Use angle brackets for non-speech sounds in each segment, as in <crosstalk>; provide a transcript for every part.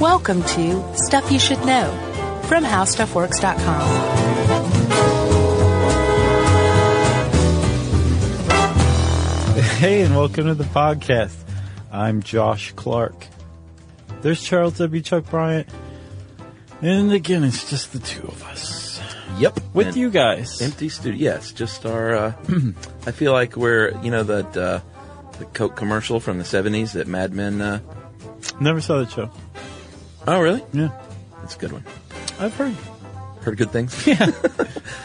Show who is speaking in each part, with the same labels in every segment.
Speaker 1: Welcome to Stuff You Should Know from HowStuffWorks.com.
Speaker 2: Hey, and welcome to the podcast. I'm Josh Clark. There's Charles W. Chuck Bryant. And again, it's just the two of us.
Speaker 3: Yep.
Speaker 2: With you guys.
Speaker 3: Empty studio. Yes, just our. <clears throat> Uh, I feel like we're you know that uh, the Coke commercial from the '70s that Mad Men. Uh,
Speaker 2: Never saw the show.
Speaker 3: oh, really?
Speaker 2: Yeah.
Speaker 3: That's a good one.
Speaker 2: I've heard.
Speaker 3: Heard good <laughs> things.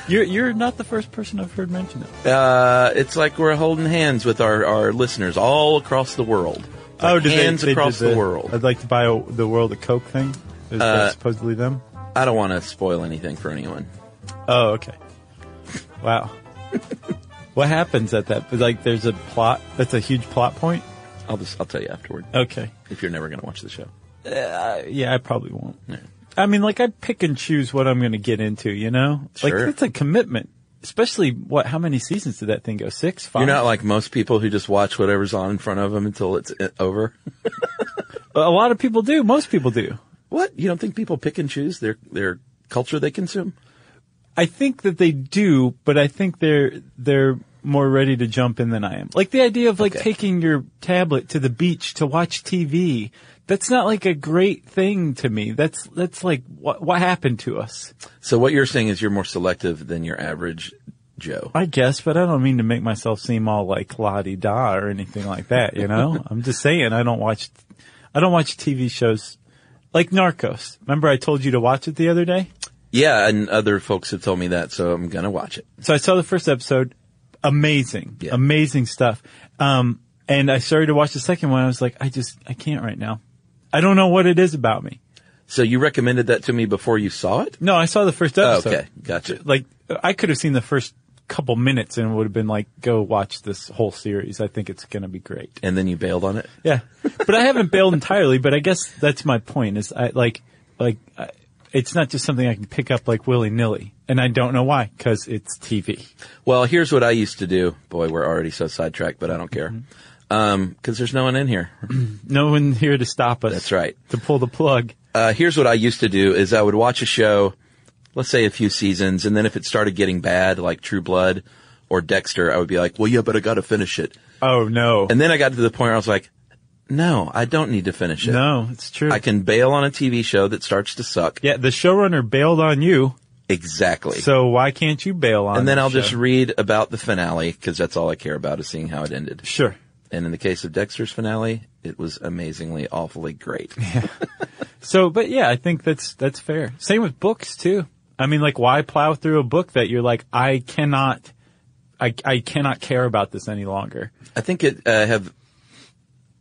Speaker 2: You're, you're not the first person I've heard mention it.
Speaker 3: Uh, it's like we're holding hands with our, our listeners all across the world. It's like
Speaker 2: Oh, did
Speaker 3: hands
Speaker 2: did
Speaker 3: across the, world.
Speaker 2: I'd like to buy a, the world a Coke thing. Is that supposedly them?
Speaker 3: I don't want to spoil anything for anyone.
Speaker 2: Oh, okay. Wow. <laughs> what happens at that? Like, there's a plot. That's a huge plot point.
Speaker 3: I'll just I'll tell you afterward
Speaker 2: Okay.
Speaker 3: if you're never going to watch the show.
Speaker 2: Uh, Yeah, I probably won't. I mean, like I pick and choose what I'm going to get into. You know,
Speaker 3: Sure.
Speaker 2: like it's a commitment. Especially what? How many seasons did that thing go? Six, five.
Speaker 3: You're not like most people who just watch whatever's on in front of them until it's uh, <laughs> over.
Speaker 2: a lot of people do. Most people do.
Speaker 3: What? You don't think people pick and choose their their culture they consume?
Speaker 2: I think that they do, but I think they're they're more ready to jump in than I am. Like the idea of like
Speaker 3: Okay.
Speaker 2: taking your tablet to the beach to watch TV. That's not like a great thing to me. That's that's like what what happened to us.
Speaker 3: So what you're saying is you're more selective than your average Joe.
Speaker 2: I guess, but I don't mean to make myself seem all like la di da or anything like that. You know, <laughs> I'm just saying I don't watch, I don't watch TV shows like Narcos. Remember, I told you to watch it the other day.
Speaker 3: Yeah, and other folks have told me that, so I'm gonna watch it.
Speaker 2: So I saw the first episode, amazing,
Speaker 3: Yeah.
Speaker 2: amazing stuff. Um, and I started to watch the second one. I was like, I just, I can't right now. I don't know what it is about me.
Speaker 3: So you recommended that to me before you saw it?
Speaker 2: No, I saw the first
Speaker 3: Oh,
Speaker 2: episode.
Speaker 3: okay, gotcha.
Speaker 2: Like I could have seen the first couple minutes and would have been like, go watch this whole series. I think it's going to be great.
Speaker 3: And then you bailed on it.
Speaker 2: Yeah, but I haven't bailed entirely. But I guess that's my point. Is I like like I, it's not just something I can pick up like willy nilly, and I don't know why because it's TV.
Speaker 3: Well, here's what I used to do. Boy, we're already so sidetracked, but I don't care. Um, cause there's no one in here.
Speaker 2: No one here to stop us.
Speaker 3: That's right.
Speaker 2: To pull the plug.
Speaker 3: Uh, here's what I used to do is I would watch a show, let's say a few seasons, and then if it started getting bad, like True Blood or Dexter, I would be like, well, yeah, but I gotta finish it.
Speaker 2: Oh no,
Speaker 3: And then I got to the point where I was like, no, I don't need to finish it.
Speaker 2: no, it's true.
Speaker 3: I can bail on a TV show that starts to suck.
Speaker 2: yeah, the showrunner bailed on you,
Speaker 3: Exactly.
Speaker 2: so why can't you bail on?
Speaker 3: and then
Speaker 2: the
Speaker 3: I'll
Speaker 2: show?
Speaker 3: just read about the finale because that's all I care about is seeing how it ended.
Speaker 2: sure.
Speaker 3: And in the case of Dexter's finale, it was amazingly, awfully great.
Speaker 2: So, but yeah, I think that's that's fair. Same with books too. I mean, like, why plow through a book that you're like, I cannot, I, I cannot care about this any longer.
Speaker 3: I think it uh, have.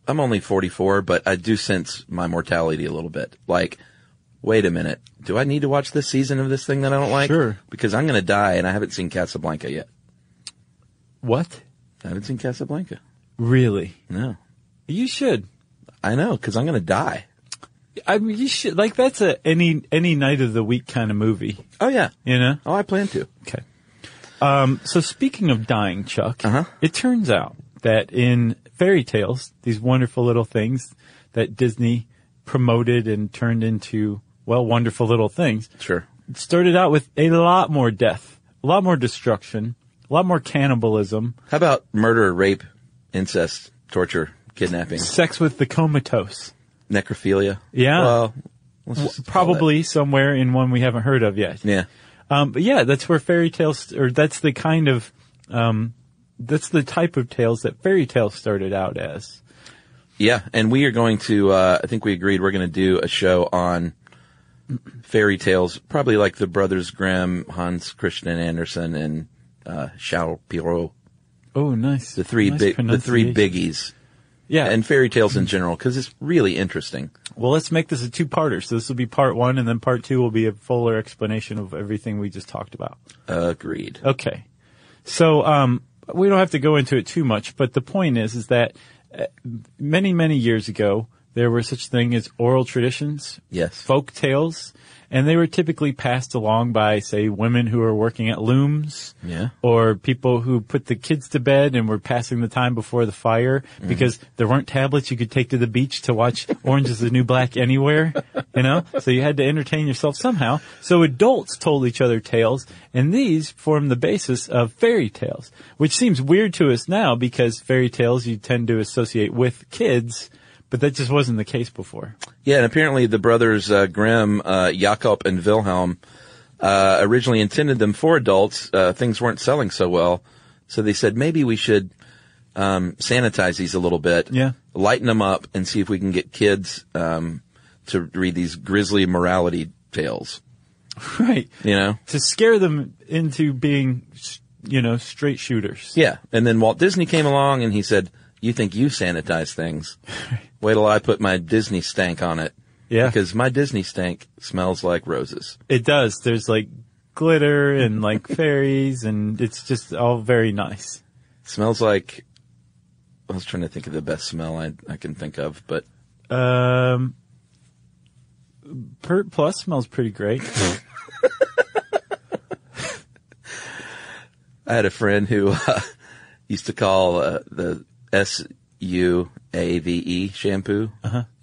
Speaker 3: I'm only 44, but I do sense my mortality a little bit. Like, wait a minute, do I need to watch this season of this thing that I don't like?
Speaker 2: Sure.
Speaker 3: Because I'm going to die, and I haven't seen Casablanca yet.
Speaker 2: What?
Speaker 3: I haven't seen Casablanca.
Speaker 2: Really?
Speaker 3: No,
Speaker 2: You should.
Speaker 3: I know because I'm going to die.
Speaker 2: I mean, you should. Like that's a any any night of the week kind of movie.
Speaker 3: Oh yeah.
Speaker 2: You know.
Speaker 3: Oh, I plan to.
Speaker 2: Okay. Um. So speaking of dying, Chuck,
Speaker 3: Uh-huh.
Speaker 2: it turns out that in fairy tales, these wonderful little things that Disney promoted and turned into well, wonderful little things,
Speaker 3: Sure.
Speaker 2: it started out with a lot more death, a lot more destruction, a lot more cannibalism,
Speaker 3: How about murder, rape, incest, torture, kidnapping?
Speaker 2: sex with the comatose.
Speaker 3: necrophilia.
Speaker 2: Yeah.
Speaker 3: Well, let's just call
Speaker 2: Probably somewhere in one we haven't heard of yet.
Speaker 3: that. Yeah.
Speaker 2: Um, but yeah, that's where fairy tales, or that's the kind of, um, that's the type of tales that fairy tales started out as.
Speaker 3: Yeah, and we are going to. Uh, I think we agreed we're going to do a show on fairy tales, probably like the Brothers Grimm, Hans Christian Andersen, and uh, Charles Perrault,
Speaker 2: Oh, nice.
Speaker 3: the three
Speaker 2: Nice
Speaker 3: big, the three
Speaker 2: pronunciation.
Speaker 3: biggies,
Speaker 2: Yeah.
Speaker 3: and fairy tales in general because it's really interesting.
Speaker 2: well, let's make this a two-parter. So this will be part one, and then part two will be a fuller explanation of everything we just talked about.
Speaker 3: Agreed.
Speaker 2: Okay. So, um, we don't have to go into it too much, but the point is, is that uh, many, many years ago, there were such thing as oral traditions.
Speaker 3: Yes.
Speaker 2: Folk tales. And they were typically passed along by, say, women who were working at looms.
Speaker 3: Yeah.
Speaker 2: Or people who put the kids to bed and were passing the time before the fire because there weren't tablets you could take to the beach to watch Orange is the New Black anywhere, you know? So you had to entertain yourself somehow. So adults told each other tales and these form the basis of fairy tales, which seems weird to us now because fairy tales you tend to associate with kids, but that just wasn't the case before.
Speaker 3: Yeah, and apparently the brothers uh, Grimm, uh, Jakob and Wilhelm, uh, originally intended them for adults. Uh, things weren't selling so well, so they said maybe we should um, sanitize these a little bit,
Speaker 2: Yeah.
Speaker 3: lighten them up, and see if we can get kids um, to read these grisly morality tales.
Speaker 2: Right.
Speaker 3: You know,
Speaker 2: To scare them into being, s- you know, straight shooters.
Speaker 3: yeah. And then Walt Disney came along and he said, "You think you sanitize
Speaker 2: <laughs>
Speaker 3: things? Wait till I put my Disney stank on it."
Speaker 2: Yeah.
Speaker 3: Because my Disney stank smells like roses.
Speaker 2: It does. There's like glitter and <laughs> like fairies and it's just all very nice.
Speaker 3: Smells like. I was trying to think of the best smell I, I can think of, but
Speaker 2: Um, Pert Plus smells pretty <laughs> great.
Speaker 3: I had a friend who <laughs> uh, used to call uh, the S U A V E shampoo.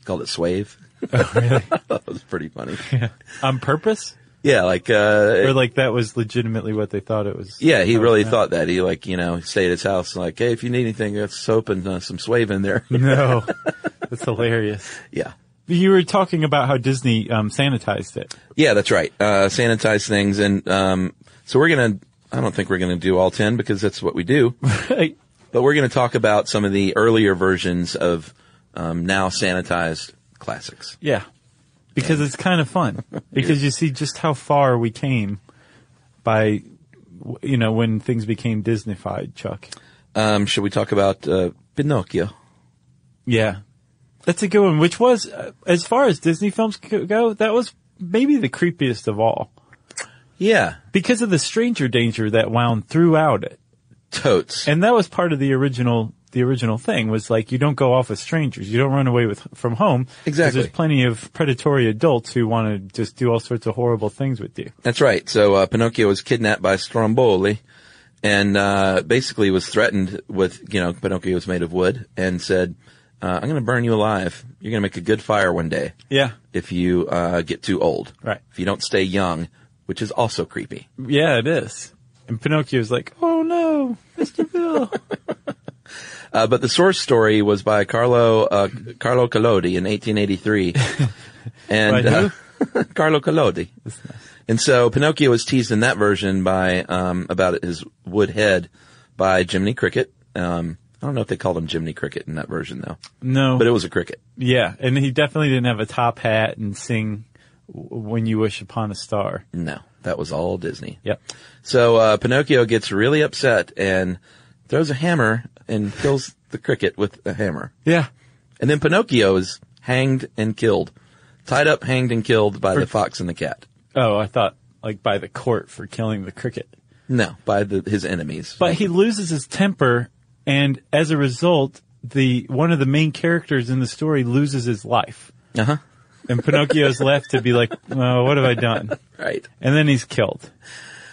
Speaker 3: Called it Swave.
Speaker 2: really?
Speaker 3: <laughs> that was pretty funny.
Speaker 2: On purpose?
Speaker 3: Yeah, like uh,
Speaker 2: Or like that was legitimately what they thought it was.
Speaker 3: yeah, he really thought that. He like you know stayed at his house like, hey, if you need anything, got soap and uh, some Swave in there.
Speaker 2: <laughs> No. That's hilarious.
Speaker 3: <laughs> yeah.
Speaker 2: You were talking about how Disney um, sanitized it.
Speaker 3: Yeah, that's right. Uh, sanitize things, and um, so we're gonna. I don't think we're gonna do all ten because that's what we do.
Speaker 2: Right.
Speaker 3: But we're going to talk about some of the earlier versions of um, now sanitized classics.
Speaker 2: Yeah. Because it's kind of <laughs> fun. Because you see just how far we came by, w- you know, when things became Disneyfied, Chuck.
Speaker 3: Um, should we talk about uh, Pinocchio?
Speaker 2: Yeah. That's a good one, which was, uh, as far as Disney films co- go, that was maybe the creepiest of all.
Speaker 3: Yeah,
Speaker 2: Because of the stranger danger that wound throughout it.
Speaker 3: totes.
Speaker 2: And that was part of the original, the original thing was like, you don't go off with strangers. You don't run away with, from home. 'cause
Speaker 3: Exactly.
Speaker 2: There's plenty of predatory adults who want to just do all sorts of horrible things with you.
Speaker 3: that's right. So uh, Pinocchio was kidnapped by Stromboli, and uh, basically was threatened with, you know, Pinocchio was made of wood, and said, uh, "I'm going to burn you alive. You're going to make a good fire one day
Speaker 2: Yeah.
Speaker 3: if you uh, get too old,
Speaker 2: Right.
Speaker 3: If you don't stay young." Which is also creepy.
Speaker 2: Yeah, it is. And Pinocchio's like, oh no, Mr. Bill.
Speaker 3: Uh, but the source story was by Carlo uh, Carlo Collodi in 1883, and
Speaker 2: By
Speaker 3: uh, <laughs> Carlo Collodi. And so Pinocchio was teased in that version by um, about his wood head by Jiminy Cricket. Um, I don't know if they called him Jiminy Cricket in that version though,
Speaker 2: no.
Speaker 3: but it was a cricket.
Speaker 2: yeah, and he definitely didn't have a top hat and sing w- When You Wish Upon a Star.
Speaker 3: No, that was all Disney.
Speaker 2: Yep.
Speaker 3: So uh, Pinocchio gets really upset and throws a hammer and kills the cricket with a hammer.
Speaker 2: Yeah.
Speaker 3: And then Pinocchio is hanged and killed. Tied up, hanged, and killed by the fox and the cat.
Speaker 2: Oh, I thought like by the court for killing the cricket.
Speaker 3: No, by the, his enemies.
Speaker 2: But he loses his temper and as a result, the one of the main characters in the story loses his life.
Speaker 3: Uh-huh.
Speaker 2: And Pinocchio's left to be like, oh, what have I done?
Speaker 3: Right.
Speaker 2: And then he's killed.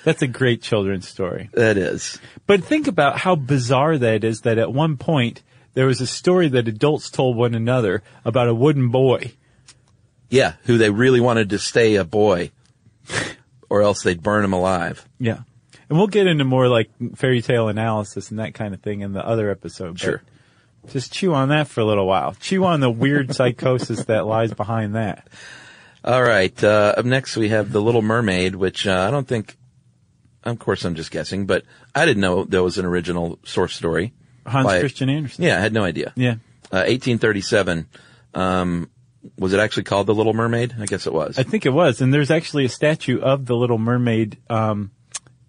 Speaker 2: That's a great children's story.
Speaker 3: That is.
Speaker 2: But think about how bizarre that is that at one point there was a story that adults told one another about a wooden boy.
Speaker 3: Yeah, who they really wanted to stay a boy. or else they'd burn him alive.
Speaker 2: Yeah. And we'll get into more like fairy tale analysis and that kind of thing in the other episode. but
Speaker 3: Sure.
Speaker 2: Just chew on that for a little while. Chew on the <laughs> weird psychosis that lies behind that.
Speaker 3: All right. Uh, up next, we have The Little Mermaid, which uh, I don't think. Of course, I'm just guessing, but I didn't know there was an original source story.
Speaker 2: Hans
Speaker 3: by-
Speaker 2: Christian Andersen.
Speaker 3: Yeah, I had no idea.
Speaker 2: Yeah.
Speaker 3: Uh, 1837. Um, was it actually called The Little Mermaid? I guess it was.
Speaker 2: I think it was. And there's actually a statue of the Little Mermaid um,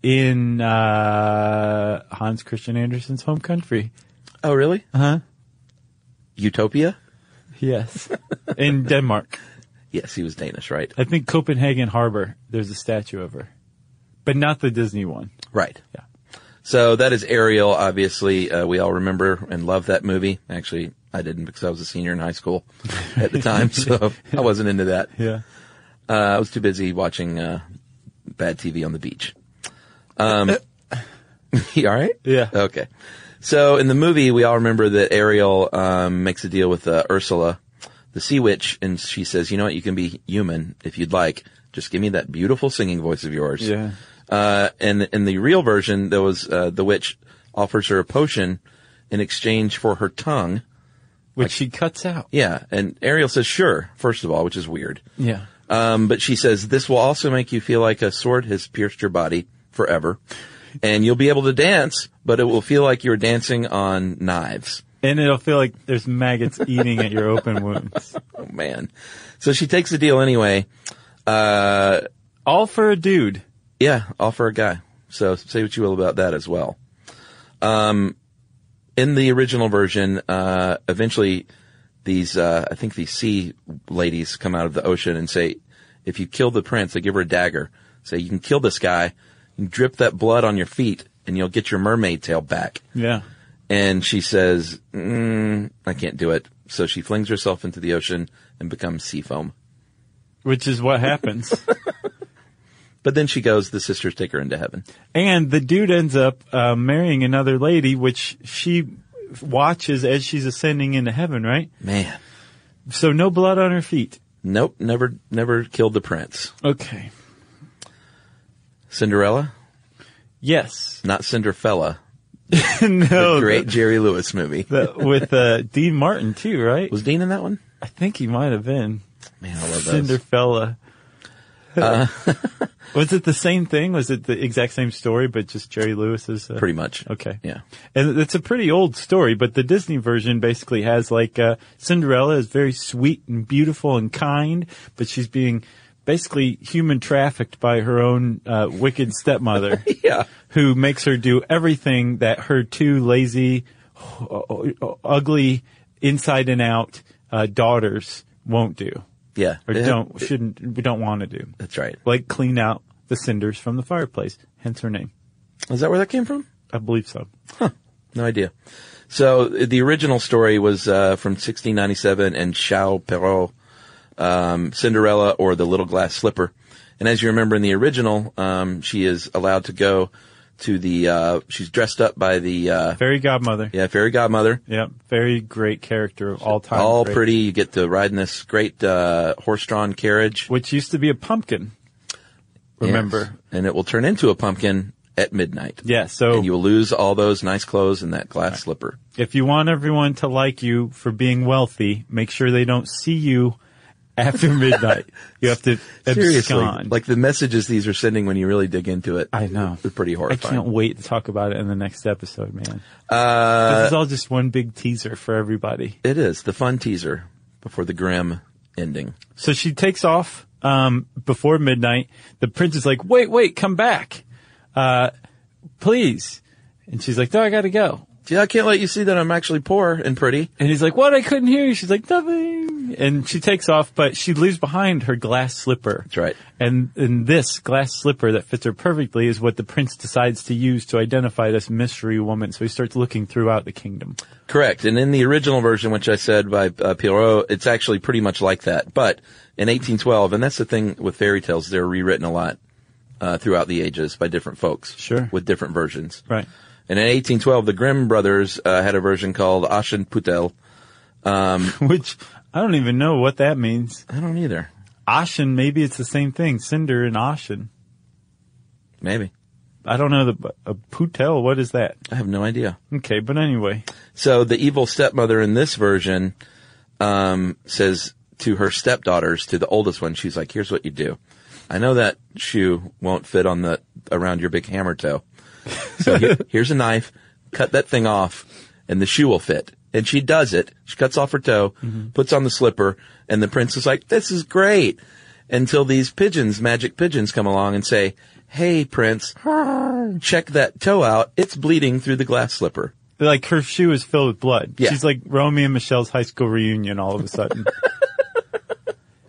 Speaker 2: in uh, Hans Christian Andersen's home country.
Speaker 3: oh, really?
Speaker 2: Uh huh.
Speaker 3: Utopia?
Speaker 2: Yes. in Denmark.
Speaker 3: Yes, he was Danish, right?
Speaker 2: I think Copenhagen Harbor, there's a statue of her. But not the Disney one.
Speaker 3: Right.
Speaker 2: Yeah.
Speaker 3: So that is Ariel. Obviously, uh, we all remember and love that movie. Actually, I didn't because I was a senior in high school at the time, so I wasn't into that.
Speaker 2: Yeah.
Speaker 3: Uh, I was too busy watching uh, bad TV on the beach. Um, <laughs> you all right?
Speaker 2: Uh, Yeah.
Speaker 3: Okay. So in the movie, we all remember that Ariel um, makes a deal with uh, Ursula, the sea witch, and she says, "You know what? You can be human if you'd like. Just give me that beautiful singing voice of yours."
Speaker 2: Yeah.
Speaker 3: Uh, and in the real version, there was uh, the witch offers her a potion in exchange for her tongue.
Speaker 2: Which she cuts out.
Speaker 3: Yeah, and Ariel says, "Sure." First of all, which is weird.
Speaker 2: Yeah.
Speaker 3: Um, but she says, this will also make you feel like a sword has pierced your body forever. And you'll be able to dance, but it will feel like you're dancing on knives.
Speaker 2: And it'll feel like there's maggots eating at your open wounds.
Speaker 3: Oh man. So she takes the deal anyway.
Speaker 2: All for a dude.
Speaker 3: Yeah, all for a guy. So say what you will about that as well. Um, in the original version, uh, eventually these, uh, I think these sea ladies come out of the ocean and say, if you kill the prince, they give her a dagger. Say, you can kill this guy, you can drip that blood on your feet, and you'll get your mermaid tail back.
Speaker 2: Yeah.
Speaker 3: And she says, mm, I can't do it. So she flings herself into the ocean and becomes sea foam.
Speaker 2: Which is what <laughs> happens.
Speaker 3: But then she goes, the sisters take her into heaven.
Speaker 2: and the dude ends up uh, marrying another lady, which she watches as she's ascending into heaven, right?
Speaker 3: Man.
Speaker 2: So no blood on her feet.
Speaker 3: Nope, never, never killed the prince.
Speaker 2: Okay.
Speaker 3: Cinderella,
Speaker 2: Yes.
Speaker 3: not Cinderfella. The
Speaker 2: <laughs> no.
Speaker 3: great Jerry Lewis movie.
Speaker 2: the- with uh, Dean Martin too, right?
Speaker 3: Was Dean in that one?
Speaker 2: I think he might have been
Speaker 3: Man, I love those. Uh,
Speaker 2: Cinderfella. <laughs> was it the same thing? Was it the exact same story, but just Jerry Lewis's? Uh,
Speaker 3: Pretty much.
Speaker 2: Okay.
Speaker 3: Yeah.
Speaker 2: And it's a pretty old story, but the Disney version basically has like uh, Cinderella is very sweet and beautiful and kind, but she's being basically human trafficked by her own uh, wicked stepmother,
Speaker 3: <laughs> Yeah.
Speaker 2: who makes her do everything that her two lazy, u- u- ugly, inside and out uh, daughters won't do
Speaker 3: Yeah.
Speaker 2: or
Speaker 3: It-
Speaker 2: don't shouldn't we don't want to do.
Speaker 3: That's right.
Speaker 2: Like clean out the cinders from the fireplace, hence her name.
Speaker 3: Is that where that came from?
Speaker 2: I believe so.
Speaker 3: No idea. So uh, the original story was uh, from 1697 and Chao Perrault, um, Cinderella or the Little Glass Slipper. And as you remember in the original, um, she is allowed to go to the, uh, she's dressed up by the, uh,
Speaker 2: Fairy godmother.
Speaker 3: yeah, fairy godmother.
Speaker 2: Yep. Very great character of all time.
Speaker 3: All
Speaker 2: Great.
Speaker 3: pretty. You get to ride in this great, uh, horse-drawn carriage.
Speaker 2: Which used to be a pumpkin. Remember.
Speaker 3: Yes. And it will turn into a pumpkin at midnight.
Speaker 2: Yeah. So
Speaker 3: And you will lose all those nice clothes and that glass slipper.
Speaker 2: if you want everyone to like you for being wealthy, make sure they don't see you after midnight.
Speaker 3: <laughs>
Speaker 2: you have to
Speaker 3: Seriously,
Speaker 2: abscond.
Speaker 3: like the messages these are sending when you really dig into it.
Speaker 2: I know.
Speaker 3: They're pretty
Speaker 2: I
Speaker 3: horrifying.
Speaker 2: can't wait to talk about it in the next episode, man.
Speaker 3: Uh,
Speaker 2: this is all just one big teaser for everybody.
Speaker 3: it is the fun teaser before the grim ending.
Speaker 2: So she takes off um, before midnight. The prince is like, "Wait, wait, come back, uh, please." And she's like, "No, I gotta go."
Speaker 3: Gee, I can't let you see that I'm actually poor and pretty.
Speaker 2: And he's like, "What? I couldn't hear you." She's like, "Nothing." And she takes off, but she leaves behind her glass slipper.
Speaker 3: That's right.
Speaker 2: And and this glass slipper that fits her perfectly is what the prince decides to use to identify this mystery woman. So he starts looking throughout the kingdom.
Speaker 3: Correct. And in the original version, which I said by uh, Pierrot, it's actually pretty much like that. But in 1812, and that's the thing with fairy tales, they're rewritten a lot uh, throughout the ages by different folks.
Speaker 2: Sure.
Speaker 3: With different versions.
Speaker 2: Right. <laughs>
Speaker 3: And in 1812, the Grimm brothers uh, had a version called Ashen Putel.
Speaker 2: Which I don't even know what that means.
Speaker 3: I don't either.
Speaker 2: Ashen, maybe it's the same thing. Cinder and Ashen.
Speaker 3: Maybe.
Speaker 2: I don't know the a putel. What is that?
Speaker 3: I have no idea.
Speaker 2: Okay, but anyway,
Speaker 3: So the evil stepmother in this version um, says to her stepdaughters, to the oldest one, she's like, "Here's what you do. I know that shoe won't fit on the around your big hammer toe, so he- <laughs> here's a knife. Cut that thing off, and the shoe will fit." And she does it. She cuts off her toe, puts on the slipper, and the prince is like, "This is great." Until these pigeons, magic pigeons, come along and say, "Hey, prince, check that toe out. It's bleeding through the glass slipper."
Speaker 2: like her shoe is filled with blood.
Speaker 3: Yeah.
Speaker 2: She's like Romeo and Michelle's high school reunion all of a sudden.
Speaker 3: <laughs>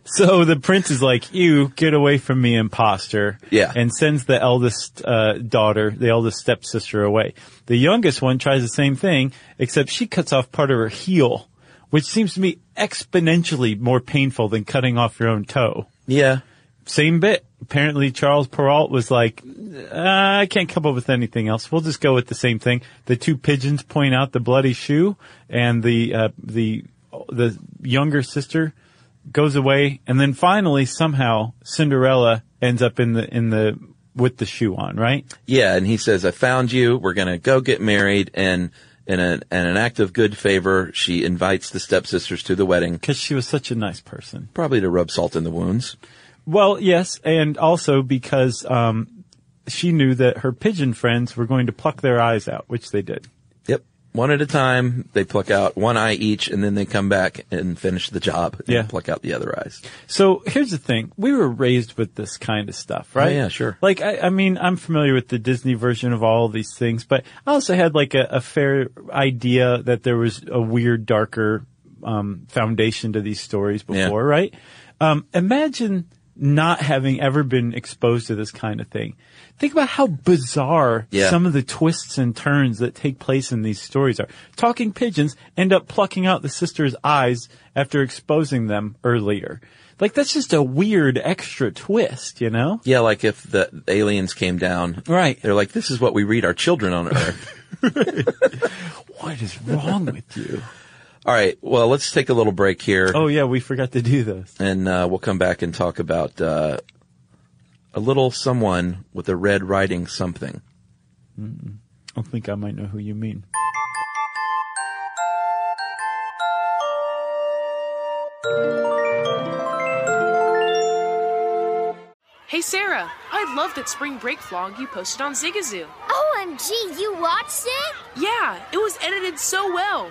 Speaker 2: so the prince is like, "You get away from me, imposter!"
Speaker 3: Yeah.
Speaker 2: and sends the eldest uh, daughter, the eldest stepsister, away. The youngest one tries the same thing, except she cuts off part of her heel, which seems to me exponentially more painful than cutting off your own toe.
Speaker 3: Yeah.
Speaker 2: Same bit. Apparently, Charles Perrault was like, uh, I can't come up with anything else. We'll just go with the same thing. The two pigeons point out the bloody shoe, and the uh, the the younger sister goes away, and then finally, somehow, Cinderella ends up in the in the with the shoe on, right?
Speaker 3: Yeah, and he says, "I found you. We're gonna go get married." And in an in an act of good favor, she invites the stepsisters to the wedding,
Speaker 2: Because she was such a nice person.
Speaker 3: probably to rub salt in the wounds.
Speaker 2: Well, yes, and also because um, she knew that her pigeon friends were going to pluck their eyes out, which they did.
Speaker 3: Yep, one at a time. They pluck out one eye each, and then they come back and finish the job and
Speaker 2: Yeah.
Speaker 3: pluck out the other eyes.
Speaker 2: So here's the thing. We were raised with this kind of stuff, right?
Speaker 3: Oh, yeah, sure.
Speaker 2: Like, I, I mean, I'm familiar with the Disney version of all these things, but I also had like a, a fair idea that there was a weird, darker, um, foundation to these stories before,
Speaker 3: Yeah.
Speaker 2: right? Um, imagine not having ever been exposed to this kind of thing. Think about how bizarre
Speaker 3: Yeah.
Speaker 2: some of the twists and turns that take place in these stories are. Talking pigeons end up plucking out the sister's eyes after exposing them earlier. Like that's just a weird extra twist, you know?
Speaker 3: Yeah, like if the aliens came down,
Speaker 2: Right.
Speaker 3: They're like, "This is what we read our children on Earth."
Speaker 2: <laughs> What is wrong with you?
Speaker 3: All right, well, let's take a little break here,
Speaker 2: Oh yeah, we forgot to do this.
Speaker 3: and uh, we'll come back and talk about uh, a little someone with a red writing something.
Speaker 2: I think I might know who you mean.
Speaker 4: Hey Sarah, I love that spring break vlog you posted on Zigazoo.
Speaker 5: OMG, you watched it?
Speaker 4: Yeah, it was edited so well.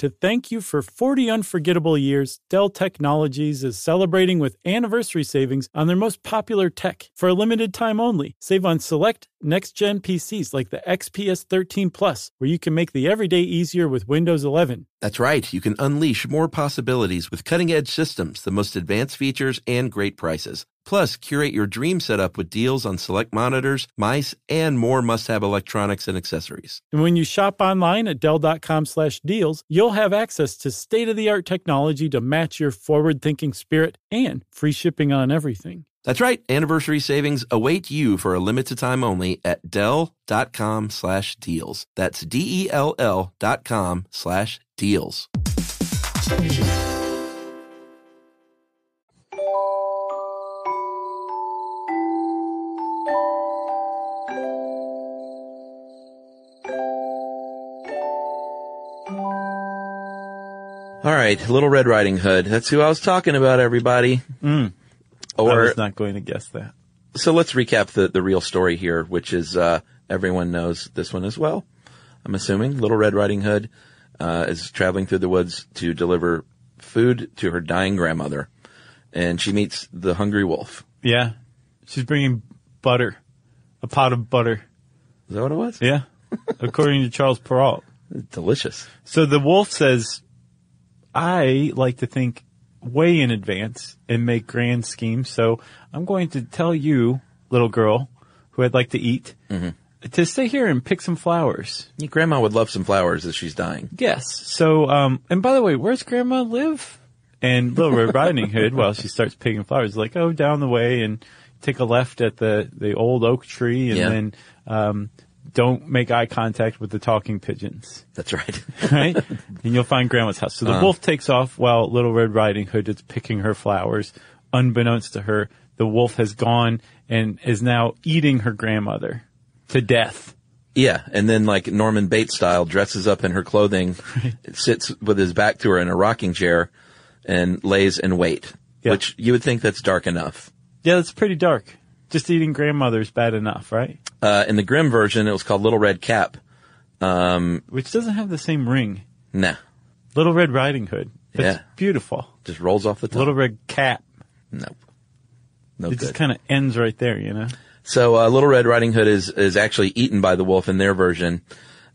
Speaker 2: To thank you for 40 unforgettable years, Dell Technologies is celebrating with anniversary savings on their most popular tech for a limited time only. Save on select next gen PCs like the XPS 13 Plus, where you can make the everyday easier with Windows 11.
Speaker 3: That's right. You can unleash more possibilities with cutting edge systems, the most advanced features, and great prices. Plus, curate your dream setup with deals on select monitors, mice, and more must have electronics and accessories.
Speaker 2: And when you shop online at Dell.com slash deals, you'll have access to state of the art technology to match your forward thinking spirit and free shipping on everything.
Speaker 3: That's right. Anniversary savings await you for a limited time only at Dell.com slash deals. That's D E L L dot com slash deals. All right, Little Red Riding Hood. That's who I was talking about, everybody. Or
Speaker 2: not going to guess that.
Speaker 3: so let's recap the, the real story here, which is uh, everyone knows this one as well. I'm assuming, Little Red Riding Hood, uh, is traveling through the woods to deliver food to her dying grandmother. And she meets the hungry wolf.
Speaker 2: Yeah. She's bringing butter, a pot of butter.
Speaker 3: Is that what it was?
Speaker 2: Yeah. <laughs> According to Charles Perrault.
Speaker 3: Delicious.
Speaker 2: So the wolf says, I like to think way in advance and make grand schemes. So I'm going to tell you, little girl, who I'd like to eat, to stay here and pick some flowers.
Speaker 3: Your grandma would love some flowers as she's dying.
Speaker 2: Yes. So, um, and by the way, where's grandma live? And Little Red Riding Hood, while she starts picking flowers, like, oh, down the way and take a left at the, the old oak tree and
Speaker 3: Yeah.
Speaker 2: then, um, don't make eye contact with the talking pigeons, <laughs>
Speaker 3: That's right. <laughs>
Speaker 2: right? and you'll find grandma's house. So the wolf takes off while Little Red Riding Hood is picking her flowers. Unbeknownst to her, the wolf has gone and is now eating her grandmother to death.
Speaker 3: yeah. And then like Norman Bates style dresses up in her clothing, sits with his back to her in a rocking chair and lays in wait,
Speaker 2: Yeah.
Speaker 3: which you would think that's dark enough.
Speaker 2: Yeah, that's pretty dark. Just eating grandmother is bad enough, right?
Speaker 3: Uh, in the Grimm version, it was called Little Red Cap.
Speaker 2: which doesn't have the same ring.
Speaker 3: Nah,
Speaker 2: Little Red Riding Hood. That's
Speaker 3: Yeah.
Speaker 2: beautiful.
Speaker 3: just rolls off the tongue.
Speaker 2: Little Red Cap.
Speaker 3: nope. No
Speaker 2: It
Speaker 3: Oh, good.
Speaker 2: just kind of ends right there, you know?
Speaker 3: So uh, Little Red Riding Hood is is actually eaten by the wolf in their version,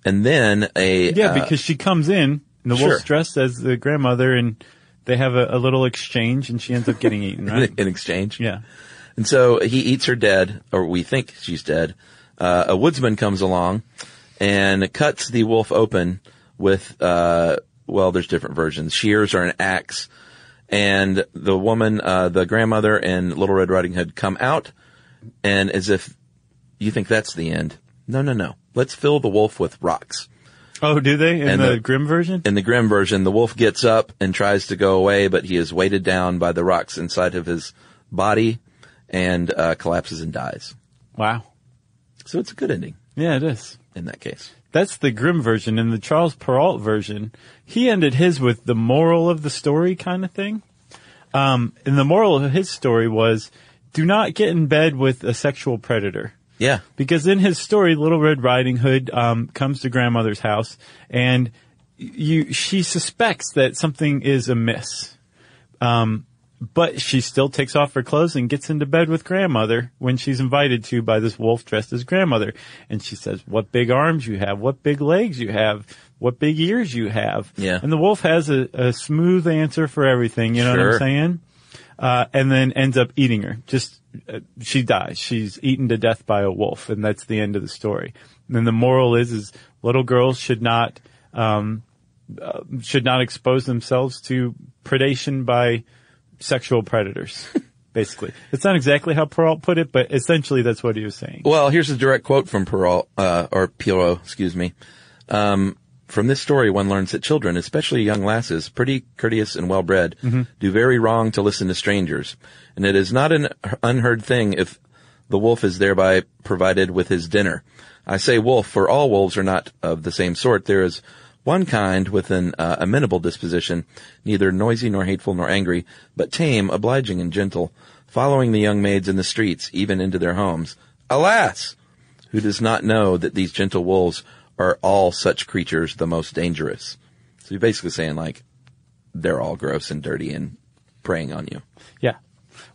Speaker 3: and then a
Speaker 2: Yeah,
Speaker 3: uh,
Speaker 2: because she comes in and the
Speaker 3: sure.
Speaker 2: wolf's dressed as the grandmother and they have a, a little exchange and she ends up getting eaten, right?
Speaker 3: uh, <laughs> in exchange.
Speaker 2: yeah.
Speaker 3: And so he eats her dead, or we think she's dead. Uh, a woodsman comes along and cuts the wolf open with, uh, well, there's different versions, shears or an axe. And the woman, uh, the grandmother and Little Red Riding Hood come out and as if you think that's the end. No, no, no. Let's fill the wolf with rocks.
Speaker 2: Oh, do they? In
Speaker 3: And
Speaker 2: the,
Speaker 3: the-
Speaker 2: Grimm version?
Speaker 3: In the Grimm version, the wolf gets up and tries to go away, but he is weighted down by the rocks inside of his body and uh, collapses and dies.
Speaker 2: wow.
Speaker 3: So it's a good ending
Speaker 2: Yeah, it is.
Speaker 3: in that case.
Speaker 2: That's the Grimm version. In the Charles Perrault version, he ended his with the moral of the story kind of thing. Um, and the moral of his story was do not get in bed with a sexual predator.
Speaker 3: Yeah.
Speaker 2: Because in his story, Little Red Riding Hood um, comes to grandmother's house, and you she suspects that something is amiss, um, but she still takes off her clothes and gets into bed with grandmother when she's invited to by this wolf dressed as grandmother, and she says, "What big arms you have! What big legs you have! What big ears you have!"
Speaker 3: Yeah.
Speaker 2: and the wolf has a, a smooth answer for everything. You know what
Speaker 3: Sure.
Speaker 2: I'm saying? uh, and then ends up eating her. Just uh, she dies. She's eaten to death by a wolf, and that's the end of the story. And then the moral is: is little girls should not um, uh, should not expose themselves to predation by
Speaker 3: <laughs>
Speaker 2: sexual predators. basically, it's not exactly how Perrault put it, but essentially that's what he was saying.
Speaker 3: Well, here's a direct quote from Perrault, uh, or Pierrot, excuse me. Um, from this story, one learns that children, especially young lasses, pretty courteous and well bred, do very wrong to listen to strangers. And it is not an unheard thing if the wolf is thereby provided with his dinner. I say wolf, for all wolves are not of the same sort. There is one kind with an uh, amenable disposition, neither noisy nor hateful nor angry, but tame, obliging and gentle, following the young maids in the streets, even into their homes. Alas! who does not know that these gentle wolves are all such creatures the most dangerous. So you're basically saying like they're all gross and dirty and preying on you.
Speaker 2: Yeah.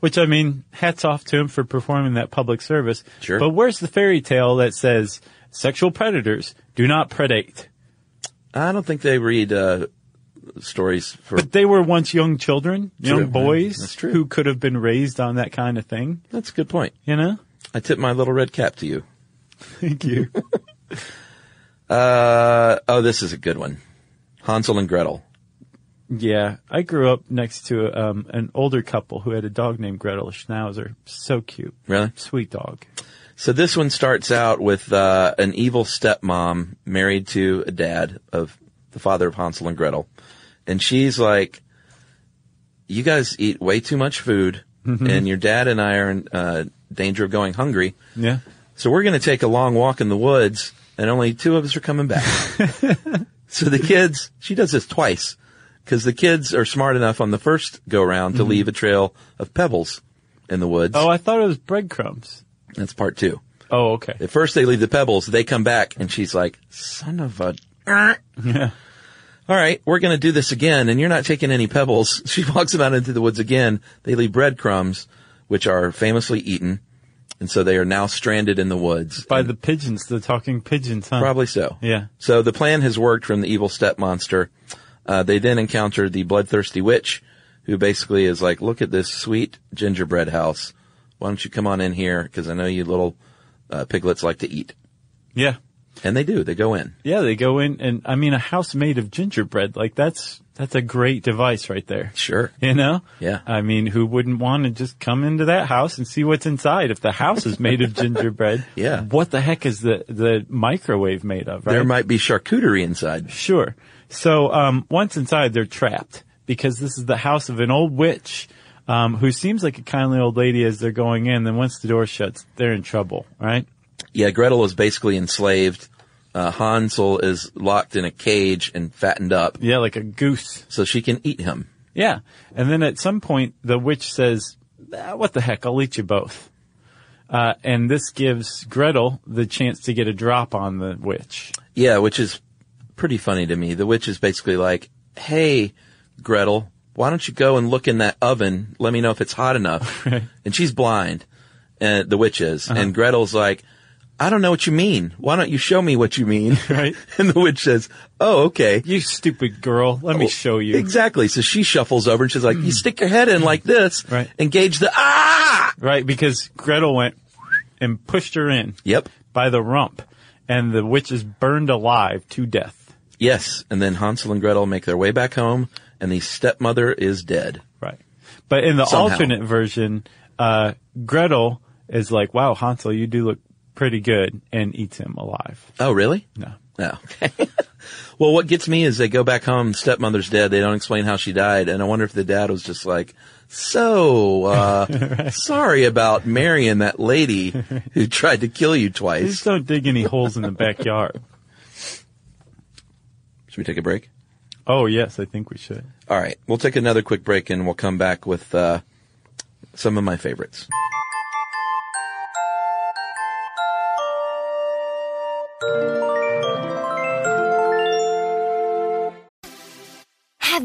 Speaker 2: Which I mean, hats off to him for performing that public service.
Speaker 3: Sure.
Speaker 2: But where's the fairy tale that says sexual predators do not predate?
Speaker 3: I don't think they read uh, stories for.
Speaker 2: But they were once young children, young
Speaker 3: True.
Speaker 2: boys
Speaker 3: That's true.
Speaker 2: who could have been raised on that kind of thing,
Speaker 3: That's a good point.
Speaker 2: you know?
Speaker 3: I tip my little red cap to you.
Speaker 2: Thank you.
Speaker 3: Uh, oh, this is a good one. Hansel and Gretel.
Speaker 2: <laughs> yeah. I grew up next to um, an older couple who had a dog named Gretel Schnauzer. So cute.
Speaker 3: Really?
Speaker 2: Sweet dog.
Speaker 3: So this one starts out with uh, an evil stepmom married to a dad of the father of Hansel and Gretel, and she's like, "You guys eat way too much food, and your dad and I are in uh, danger of going hungry.
Speaker 2: Yeah.
Speaker 3: So we're going to take a long walk in the woods, and only two of us are coming back." so the kids, she does this twice, because the kids are smart enough on the first go round to leave a trail of pebbles in the woods.
Speaker 2: Oh, I thought it was breadcrumbs.
Speaker 3: That's part two.
Speaker 2: Oh, okay.
Speaker 3: At first they leave the pebbles, they come back and she's like, son of a, <laughs>
Speaker 2: Yeah.
Speaker 3: all right, we're going to do this again and you're not taking any pebbles. <laughs> She walks them out into the woods again. They leave breadcrumbs, which are famously eaten. And so they are now stranded in the woods.
Speaker 2: By the pigeons, the talking pigeons, huh?
Speaker 3: Probably so.
Speaker 2: Yeah.
Speaker 3: So the plan has worked from the evil step monster. Uh, they then encounter the bloodthirsty witch, who basically is like, "Look at this sweet gingerbread house. Why don't you come on in here? Because I know you little uh, piglets like to eat."
Speaker 2: Yeah.
Speaker 3: And they do. They go in.
Speaker 2: Yeah, they go in and I mean a house made of gingerbread, like that's that's a great device right there.
Speaker 3: Sure.
Speaker 2: <laughs> You know?
Speaker 3: Yeah.
Speaker 2: I mean, who wouldn't want to just come into that house and see what's inside if the house is
Speaker 3: <laughs>
Speaker 2: made of gingerbread?
Speaker 3: Yeah.
Speaker 2: What the heck is the the microwave made of, right?
Speaker 3: There might be charcuterie inside.
Speaker 2: Sure. So um, once inside, they're trapped because this is the house of an old witch um, who seems like a kindly old lady as they're going in. Then once the door shuts, they're in trouble, right?
Speaker 3: Yeah, Gretel is basically enslaved. Uh, Hansel is locked in a cage and fattened up,
Speaker 2: Yeah, like a goose.
Speaker 3: so she can eat him.
Speaker 2: Yeah. And then at some point, the witch says, "Ah, "What the heck? I'll eat you both." Uh, and this gives Gretel the chance to get a drop on the witch.
Speaker 3: Yeah, which is pretty funny to me. The witch is basically like, "Hey, Gretel, why don't you go and look in that oven? Let me know if it's hot
Speaker 2: <laughs>
Speaker 3: enough." and she's blind, and the witch is,
Speaker 2: Uh-huh.
Speaker 3: and Gretel's like, "I don't know what you mean. Why don't you show me what you mean?"
Speaker 2: <laughs> Right.
Speaker 3: <laughs> and the witch says, "Oh, okay."
Speaker 2: You stupid girl. Let me show you. Hmm.
Speaker 3: Exactly. So she shuffles over and she's like, "You stick your head in like this,
Speaker 2: <laughs> Right.
Speaker 3: engage the ah."
Speaker 2: Right? Because Gretel went and pushed her in.
Speaker 3: Yep.
Speaker 2: by the rump, and the witch is burned alive to death.
Speaker 3: Yes, and then Hansel and Gretel make their way back home, and the stepmother is dead.
Speaker 2: Right. But in the
Speaker 3: Somehow.
Speaker 2: alternate version, uh, Gretel is like, wow, Hansel, you do look pretty good, and eats him alive.
Speaker 3: Oh, really?
Speaker 2: No.
Speaker 3: Oh, okay. <laughs> well, what gets me is they go back home, stepmother's dead, they don't explain how she died, and I wonder if the dad was just like, so, uh, sorry about marrying that lady who tried to kill you
Speaker 2: Please
Speaker 3: twice.
Speaker 2: don't dig any holes in the backyard.
Speaker 3: Should we take a break?
Speaker 2: Oh, yes, I think we should.
Speaker 3: All right. We'll take another quick break and we'll come back with, uh, some of my favorites.
Speaker 5: Have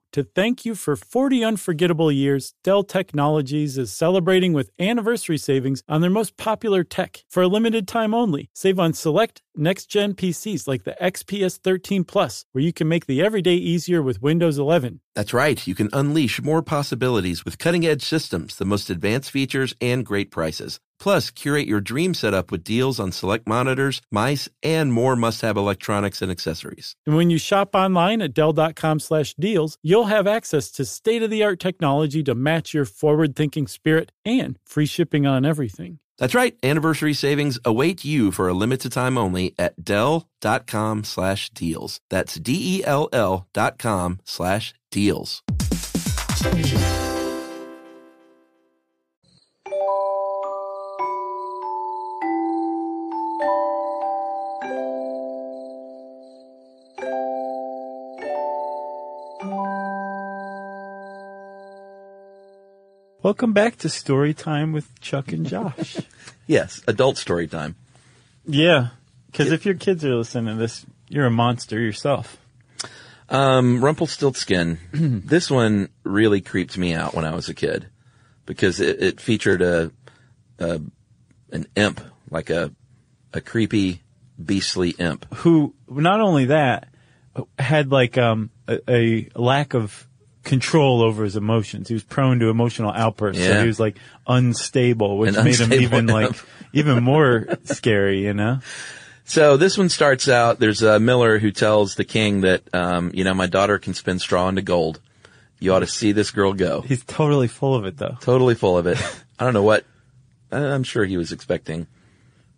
Speaker 2: To thank you for 40 unforgettable years, Dell Technologies is celebrating with anniversary savings on their most popular tech for a limited time only. Save on select next gen PCs like the XPS 13 Plus, where you can make the everyday easier with Windows 11.
Speaker 3: That's right. You can unleash more possibilities with cutting edge systems, the most advanced features, and great prices. Plus, curate your dream setup with deals on select monitors, mice, and more must have electronics and accessories.
Speaker 2: And when you shop online at Dell.com slash deals, you'll have access to state of the art technology to match your forward thinking spirit and free shipping on everything.
Speaker 3: That's right. Anniversary savings await you for a limited time only at Dell.com slash deals. That's D E L L dot com slash deals.
Speaker 2: Welcome back to Story Time with Chuck and Josh.
Speaker 3: Yes, adult story time.
Speaker 2: <laughs> Yeah, because if your kids are listening to this, you're a monster yourself.
Speaker 3: Um, Rumpelstiltskin. this one really creeped me out when I was a kid because it, it featured a, a, an imp, like a, a creepy, beastly imp.
Speaker 2: Who not only that, had like um, a, a lack of control over his emotions. He was prone to emotional outbursts. So
Speaker 3: Yeah.
Speaker 2: he was like unstable, which
Speaker 3: An
Speaker 2: made him
Speaker 3: unstable
Speaker 2: even
Speaker 3: app.
Speaker 2: like
Speaker 3: <laughs>
Speaker 2: even more scary. You know?
Speaker 3: So this one starts out. There's a Miller who tells the king that, um, you know, my daughter can spin straw into gold. You ought to see this girl go.
Speaker 2: He's totally full of it though.
Speaker 3: Totally full of it. I don't know what. I- I'm sure he was expecting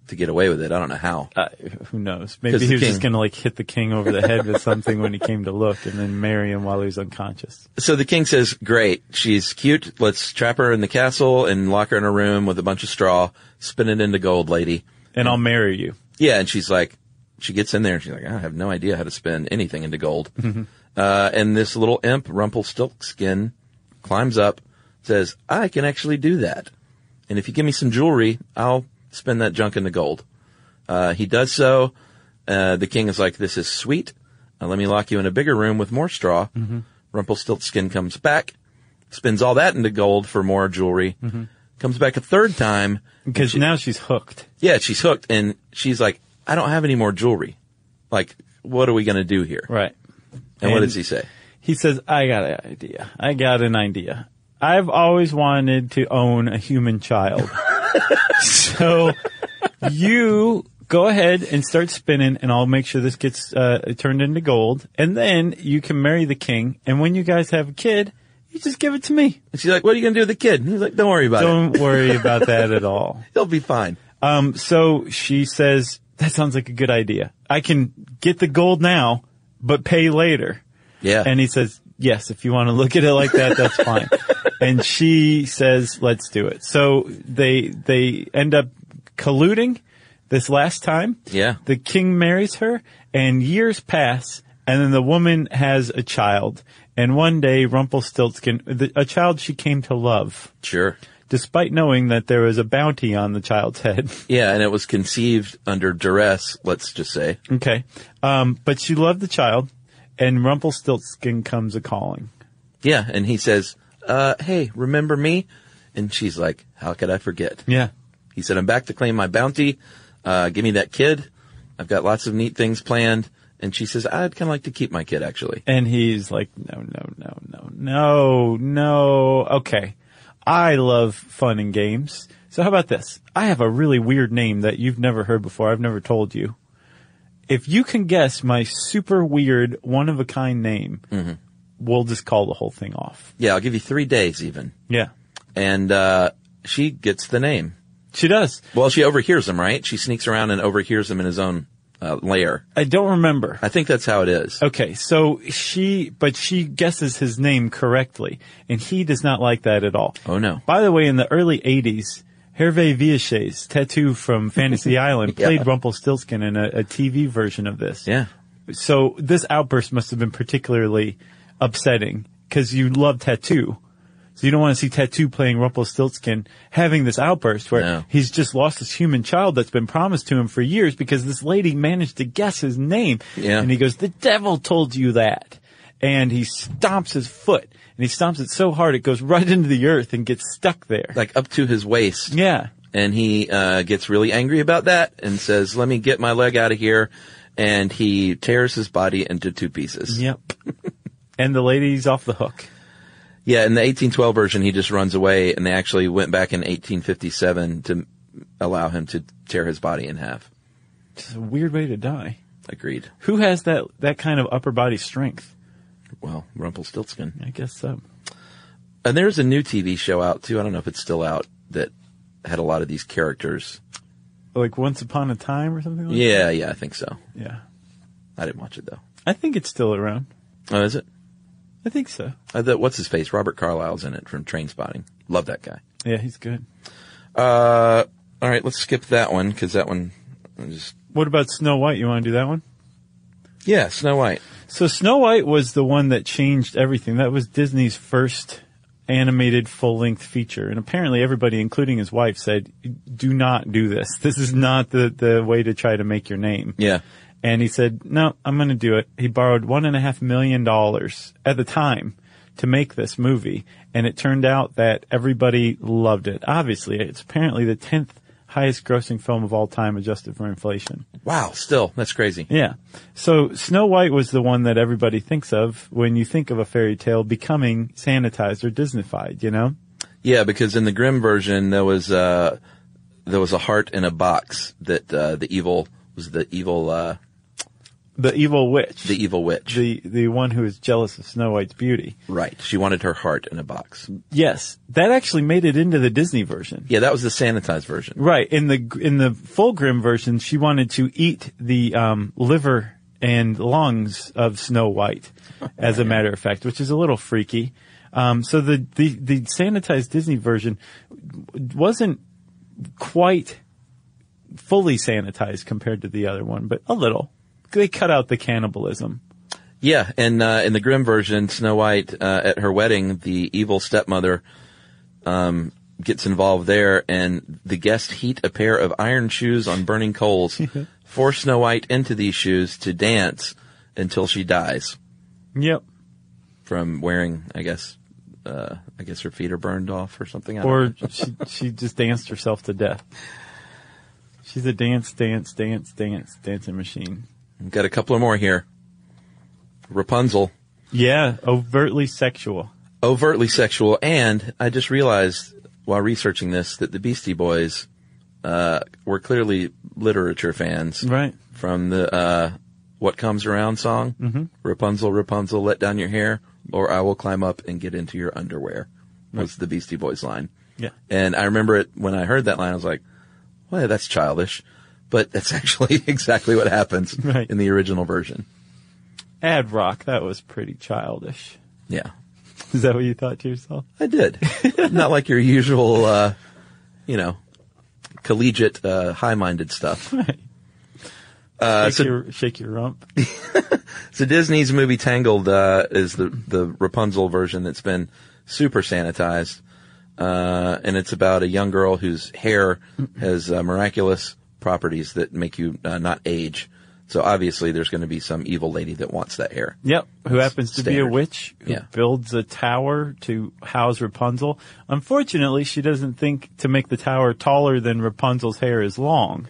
Speaker 3: to get away with it. I don't know how.
Speaker 2: Uh, who knows?
Speaker 3: 'Cause
Speaker 2: Maybe
Speaker 3: the
Speaker 2: he was just
Speaker 3: king.
Speaker 2: going to like hit the king over the head with something when he came to look and then marry him while he was unconscious.
Speaker 3: So the king says, "Great, she's cute. Let's trap her in the castle and lock her in a room with a bunch of straw. Spin it into gold, lady."
Speaker 2: And I'll marry you.
Speaker 3: Yeah, and she's like, she gets in there and she's like, I have no idea how to spin anything into gold. Uh, and this little imp, Rumpelstiltskin, climbs up, says, I can actually do that. And if you give me some jewelry, I'll spin that junk into gold. Uh, he does so. Uh, the king is like, this is sweet. Uh, let me lock you in a bigger room with more straw. Rumpelstiltskin comes back, spins all that into gold for more jewelry, comes back a third time,
Speaker 2: Because now she's hooked.
Speaker 3: yeah, she's hooked and she's like, I don't have any more jewelry. Like, what are we going to do here?
Speaker 2: Right.
Speaker 3: And, what
Speaker 2: And-
Speaker 3: does he say?
Speaker 2: He says, I got an idea. I got an idea. I've always wanted to own a human <laughs> child. so you go ahead and start spinning and I'll make sure this gets uh, turned into gold. And then you can marry the king. And when you guys have a kid, you just give it to me.
Speaker 3: And she's like, what are you going to do with the kid? And he's like, don't worry about it.
Speaker 2: Don't <laughs> worry about that at all.
Speaker 3: He'll be fine.
Speaker 2: Um, so she says, that sounds like a good idea. I can get the gold now, but pay later.
Speaker 3: Yeah.
Speaker 2: And he says, yes, if you want to look at it like that, that's fine. And she says, let's do it. So they, they end up colluding this last time.
Speaker 3: Yeah.
Speaker 2: The king marries her and years pass and then the woman has a child. And one day Rumpelstiltskin, the, a child she came to love,
Speaker 3: sure.
Speaker 2: despite knowing that there was a bounty on the child's head. <laughs>
Speaker 3: Yeah. And it was conceived under duress, let's just say.
Speaker 2: Okay. Um, but she loved the child, and Rumpelstiltskin comes a calling.
Speaker 3: Yeah. And he says, uh, hey, remember me? And she's like, how could I forget?
Speaker 2: Yeah.
Speaker 3: He said, I'm back to claim my bounty. Uh, give me that kid. I've got lots of neat things planned. And she says, I'd kind of like to keep my kid actually.
Speaker 2: And he's like, no, no, no, no, no, no. Okay. I love fun and games. So how about this? I have a really weird name that you've never heard before. I've never told you. If you can guess my super weird, one of a kind name, we'll just call the whole thing off.
Speaker 3: Yeah. I'll give you three days even.
Speaker 2: Yeah.
Speaker 3: and uh, she gets the name.
Speaker 2: She does.
Speaker 3: Well, she overhears him, right? She sneaks around and overhears him in his own uh, lair.
Speaker 2: I don't remember.
Speaker 3: I think that's how it is.
Speaker 2: Okay, so she, but she guesses his name correctly, and he does not like that at all.
Speaker 3: Oh, no.
Speaker 2: By the way, in the early 80s, Hervé Villachez, tattoo
Speaker 3: <laughs>
Speaker 2: from Fantasy Island, played
Speaker 3: Yeah.
Speaker 2: Rumpelstiltskin in a, a TV version of this.
Speaker 3: Yeah,
Speaker 2: So this outburst must have been particularly upsetting, because you love tattoo. So you don't want to see Tattoo playing Rumpelstiltskin having this outburst where
Speaker 3: No.
Speaker 2: he's just lost this human child that's been promised to him for years because this lady managed to guess his name.
Speaker 3: Yeah.
Speaker 2: And he goes, the devil told you that. And he stomps his foot and he stomps it so hard it goes right into the earth and gets stuck there.
Speaker 3: like up to his waist.
Speaker 2: yeah.
Speaker 3: and he uh, gets really angry about that and says, "Let me get my leg out of here." And he tears his body into two pieces.
Speaker 2: Yep. <laughs> and the lady's off the hook.
Speaker 3: Yeah, in the 1812 version, he just runs away, and they actually went back in 1857 to allow him to tear his body in half.
Speaker 2: It's a weird way to die.
Speaker 3: Agreed.
Speaker 2: Who has that, that kind of upper body strength?
Speaker 3: Well, Rumpelstiltskin.
Speaker 2: I guess uh, so.
Speaker 3: And there's a new TV show out too. I don't know if it's still out that had a lot of these characters.
Speaker 2: Like once upon a time or something like
Speaker 3: Yeah, yeah, I think so.
Speaker 2: that? Yeah.
Speaker 3: I didn't watch it though.
Speaker 2: I think it's still around.
Speaker 3: Oh, is it?
Speaker 2: I think so.
Speaker 3: I thought, what's his face? Robert Carlyle's in it from Train Spotting. Love that guy.
Speaker 2: Yeah, he's good.
Speaker 3: Uh, all right, let's skip that one because that one, I just
Speaker 2: What about Snow White? You want to do that one?
Speaker 3: yeah, Snow White.
Speaker 2: So Snow White was the one that changed everything. That was Disney's first animated full-length feature. And apparently everybody, including his wife, said, do not do this. This is not the, the way to try to make your name.
Speaker 3: Yeah,
Speaker 2: And he said, no, I'm going to do it. He borrowed one and a half million dollars at the time to make this movie. And it turned out that everybody loved it. Obviously, it's apparently the 10th highest grossing film of all time adjusted for inflation.
Speaker 3: Wow, still, that's crazy.
Speaker 2: Yeah. So Snow White was the one that everybody thinks of when you think of a fairy tale becoming sanitized or Disneyfied, you know?
Speaker 3: Yeah, because in the Grimm version, there was uh, there was a heart in a box that uh, the evil was the evil uh,
Speaker 2: The evil witch.
Speaker 3: the evil witch.
Speaker 2: the, the one who is jealous of Snow White's beauty.
Speaker 3: right, she wanted her heart in a box.
Speaker 2: Yes. That actually made it into the Disney version.
Speaker 3: Yeah, that was the sanitized version.
Speaker 2: Right. In the in the full Grimm version, she wanted to eat the um, liver and lungs of Snow White, as a matter of fact, which is a little freaky. Um, so the, the the sanitized Disney version wasn't quite fully sanitized compared to the other one, but a little. They cut out the cannibalism.
Speaker 3: Yeah, and uh, in the Grimm version, Snow White uh, at her wedding, the evil stepmother um, gets involved there, and the guests heat a pair of iron shoes on burning coals, force Snow White into these shoes to dance until she dies.
Speaker 2: Yep.
Speaker 3: from wearing, I guess, uh, I guess her feet are burned off or something. I don't know.
Speaker 2: Or she she just danced herself to death. She's a dance, dance, dance, dance, dancing machine.
Speaker 3: We've got a couple of more here. Rapunzel,
Speaker 2: Yeah, overtly sexual.
Speaker 3: overtly sexual, and I just realized while researching this that the Beastie Boys uh, were clearly literature fans,
Speaker 2: Right.
Speaker 3: From the uh, "What Comes Around" song, mm-hmm. Rapunzel, Rapunzel, let down your hair, or I will climb up and get into your underwear. Was the Beastie Boys line?
Speaker 2: Yeah.
Speaker 3: And I remember it when I heard that line, I was like, well, that's childish. But that's <laughs> actually exactly what happens
Speaker 2: Right.
Speaker 3: in the original version.
Speaker 2: Ad rock, that was pretty childish.
Speaker 3: Yeah.
Speaker 2: Is that what you thought to yourself?
Speaker 3: I
Speaker 2: <laughs>
Speaker 3: did. Not like your usual, uh, you know, collegiate, uh, high-minded stuff. Uh,
Speaker 2: Shake,
Speaker 3: so,
Speaker 2: your, shake your rump.
Speaker 3: so Disney's movie Tangled, uh, is the, the Rapunzel version that's been super sanitized. Uh, and it's about a young girl whose hair has uh, miraculous properties that make you uh, not age. So obviously there's going to be some evil lady that wants that hair.
Speaker 2: <laughs> Yep. Who happens to be a
Speaker 3: Standard.
Speaker 2: witch who
Speaker 3: Yeah.
Speaker 2: builds a tower to house Rapunzel. Unfortunately, she doesn't think to make the tower taller than Rapunzel's hair is long.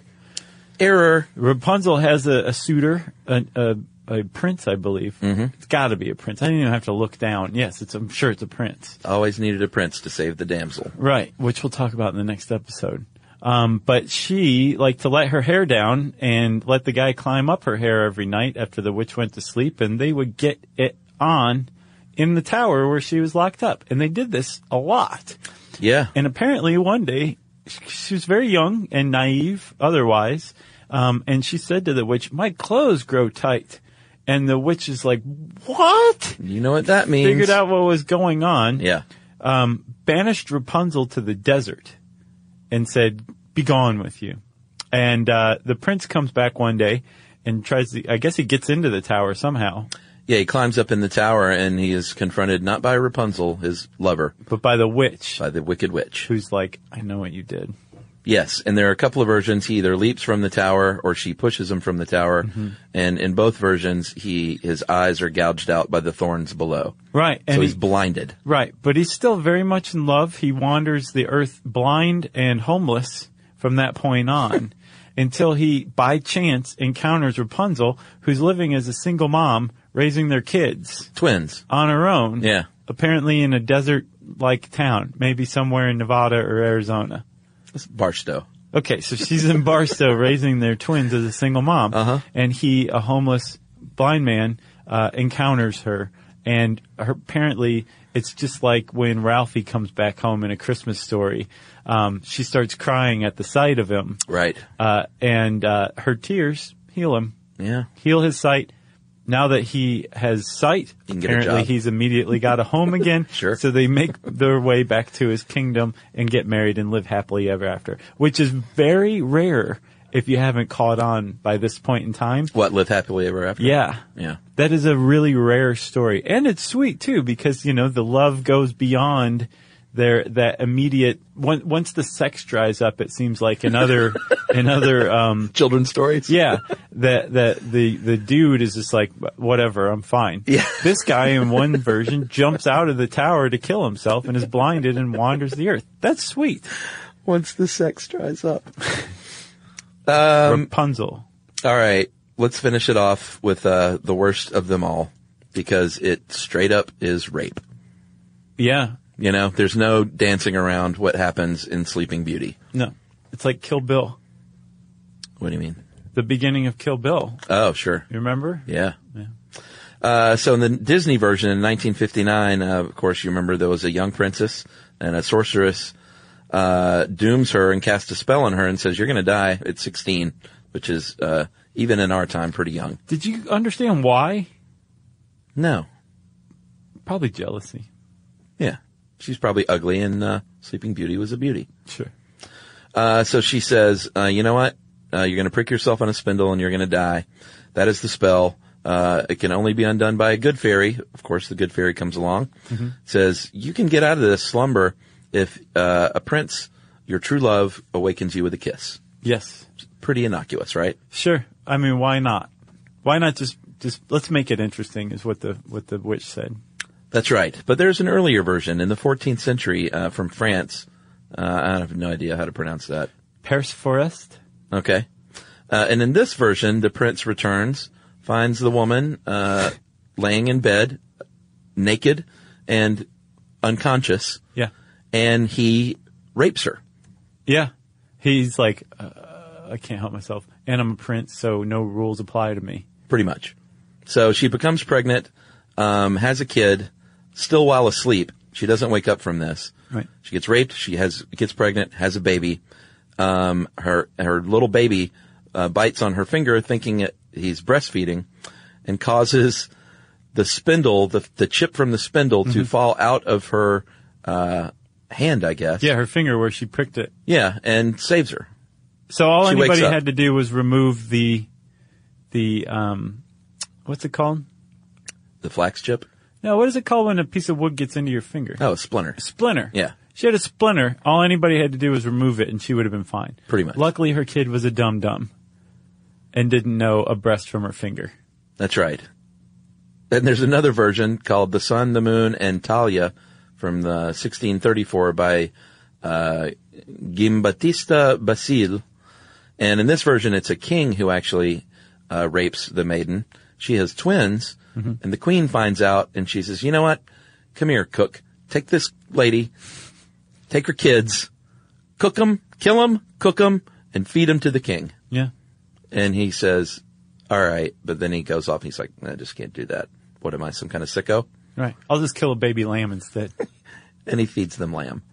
Speaker 3: Error.
Speaker 2: Rapunzel has a, a suitor, a, a, a prince, I believe.
Speaker 3: Mm-hmm.
Speaker 2: It's got to be a prince. I didn't even have to look down. Yes, it's. I'm sure it's a prince.
Speaker 3: Always needed a prince to save the damsel.
Speaker 2: Right, which we'll talk about in the next episode. Um, but she like to let her hair down and let the guy climb up her hair every night after the witch went to sleep, and they would get it on in the tower where she was locked up. And they did this a lot.
Speaker 3: Yeah.
Speaker 2: And apparently one day sh- she was very young and naive otherwise. Um, and she said to the witch, my clothes grow tight. And the witch is like, what?
Speaker 3: You know what that means.
Speaker 2: Figured out what was going on
Speaker 3: Yeah.
Speaker 2: banished Rapunzel to the desert and said, "Be gone with you." And uh, the prince comes back one day and tries to. I guess he gets into the tower somehow,
Speaker 3: Yeah, he climbs up in the tower and he is confronted not by Rapunzel, his lover,
Speaker 2: but by the witch,
Speaker 3: by the wicked witch.
Speaker 2: who's like, "I know what you did."
Speaker 3: Yes, and there are a couple of versions. He either leaps from the tower or she pushes him from the tower. And in both versions, he his eyes are gouged out by the thorns below.
Speaker 2: Right,
Speaker 3: so
Speaker 2: and
Speaker 3: he's
Speaker 2: he-
Speaker 3: blinded.
Speaker 2: Right, but he's still very much in love. He wanders the earth blind and homeless from that point on <laughs> until he, by chance, encounters Rapunzel, who's living as a single mom raising their kids.
Speaker 3: Twins.
Speaker 2: on her own.
Speaker 3: Yeah.
Speaker 2: Apparently in a desert like town, maybe somewhere in Nevada or Arizona.
Speaker 3: It's Barstow.
Speaker 2: Okay, so she's
Speaker 3: <laughs>
Speaker 2: in Barstow raising their twins as a single mom.
Speaker 3: Uh-huh.
Speaker 2: And he, a homeless blind man, uh, encounters her. And her, apparently it's just like when Ralphie comes back home in a Christmas story. Um, she starts crying at the sight of him.
Speaker 3: Right.
Speaker 2: Uh, and, uh, her tears heal him
Speaker 3: Yeah.
Speaker 2: heal his sight. Now that he has sight,
Speaker 3: He can get a
Speaker 2: apparently
Speaker 3: job.
Speaker 2: he's immediately got
Speaker 3: <laughs>
Speaker 2: a home again.
Speaker 3: Sure.
Speaker 2: So they make their way back to his kingdom and get married and live happily ever after, which is very rare if you haven't caught on by this point in time.
Speaker 3: What, live happily ever after?
Speaker 2: Yeah.
Speaker 3: Yeah.
Speaker 2: That is a really rare story. And it's sweet too because, you know, the love goes beyond their, that immediate, on- once the sex dries up, it seems
Speaker 3: <laughs>
Speaker 2: like another, another, um,
Speaker 3: Children's stories?
Speaker 2: yeah, <laughs> that that the the dude is just like whatever, I'm fine. Yeah. This guy in one version jumps out of the tower to kill himself and is blinded and wanders the earth. That's sweet.
Speaker 6: once the sex dries up.
Speaker 2: Um, Rapunzel.
Speaker 3: All right, let's finish it off with uh, the worst of them all because it straight up is rape.
Speaker 2: Yeah.
Speaker 3: You know, there's no dancing around what happens in Sleeping Beauty.
Speaker 2: No. It's like Kill Bill.
Speaker 3: What do you mean?
Speaker 2: The beginning of Kill Bill.
Speaker 3: Oh, sure.
Speaker 2: You remember?
Speaker 3: Yeah. Uh, so in the Disney version in 1959, uh, of course, you remember there was a young princess and a sorceress uh, dooms her and casts a spell on her and says, "You're going to die at 16," which is uh, even in our time pretty young.
Speaker 2: Did you understand why?
Speaker 3: No,
Speaker 2: Probably jealousy.
Speaker 3: yeah, she's probably ugly, and uh, Sleeping Beauty was a beauty.
Speaker 2: Sure.
Speaker 3: Uh, so she says, uh, you know what? Uh, you're going to prick yourself on a spindle and you're going to die. That is the spell. Uh, it can only be undone by a good fairy. Of course, the good fairy comes along, says, you can get out of this slumber if, uh, a prince, your true love, awakens you with a kiss.
Speaker 2: Yes.
Speaker 3: Pretty innocuous, right?
Speaker 2: Sure. I mean, why not? Why not just just let's make it interesting is what the what the witch said.
Speaker 3: That's right. But there's an earlier version in the 14th century, uh, from France. Uh, I have no idea how to pronounce that.
Speaker 2: Persforest?
Speaker 3: Okay. Uh, and in this version, the prince returns, finds the woman uh, laying in bed, naked and unconscious,
Speaker 2: Yeah.
Speaker 3: and he rapes her.
Speaker 2: Yeah. He's like uh, I can't help myself. And I'm a prince, so no rules apply to me.
Speaker 3: pretty much. So she becomes pregnant, um, has a kid, still while asleep. She doesn't wake up from this.
Speaker 2: Right.
Speaker 3: She gets raped. She has gets pregnant, has a baby. Um, her her little baby uh, bites on her finger, thinking it, he's breastfeeding, and causes the spindle, the the chip from the spindle,
Speaker 2: Mm-hmm.
Speaker 3: to fall out of her uh, hand. I guess.
Speaker 2: Yeah, her finger where she pricked it.
Speaker 3: Yeah, and saves her.
Speaker 2: So all
Speaker 3: She wakes
Speaker 2: anybody
Speaker 3: up.
Speaker 2: had to do was remove the the um what's it called?
Speaker 3: The flax chip.
Speaker 2: No, what is it called when a piece of wood gets into your finger?
Speaker 3: Oh, a splinter.
Speaker 2: Splinter.
Speaker 3: Yeah.
Speaker 2: She had a splinter. All anybody had to do was remove it and she would have been fine.
Speaker 3: Pretty much.
Speaker 2: Luckily her kid was a dum dum and didn't know a breast from her finger.
Speaker 3: That's right. And there's another version called The Sun, the Moon, and Talia from the 1634 by uh, Gimbattista Basile. And in this version, it's a king who actually uh, rapes the maiden. She has twins, and the queen finds out, and she says, "You know what? Come here, cook. Take this lady, take her kids, cook them, kill them, cook them, and feed them to the king."
Speaker 2: Yeah.
Speaker 3: And he says, all right. But then he goes off and he's like, I just can't do that. What am I, some kind of sicko?
Speaker 2: Right. I'll just kill a baby lamb instead.
Speaker 3: And he feeds them lamb.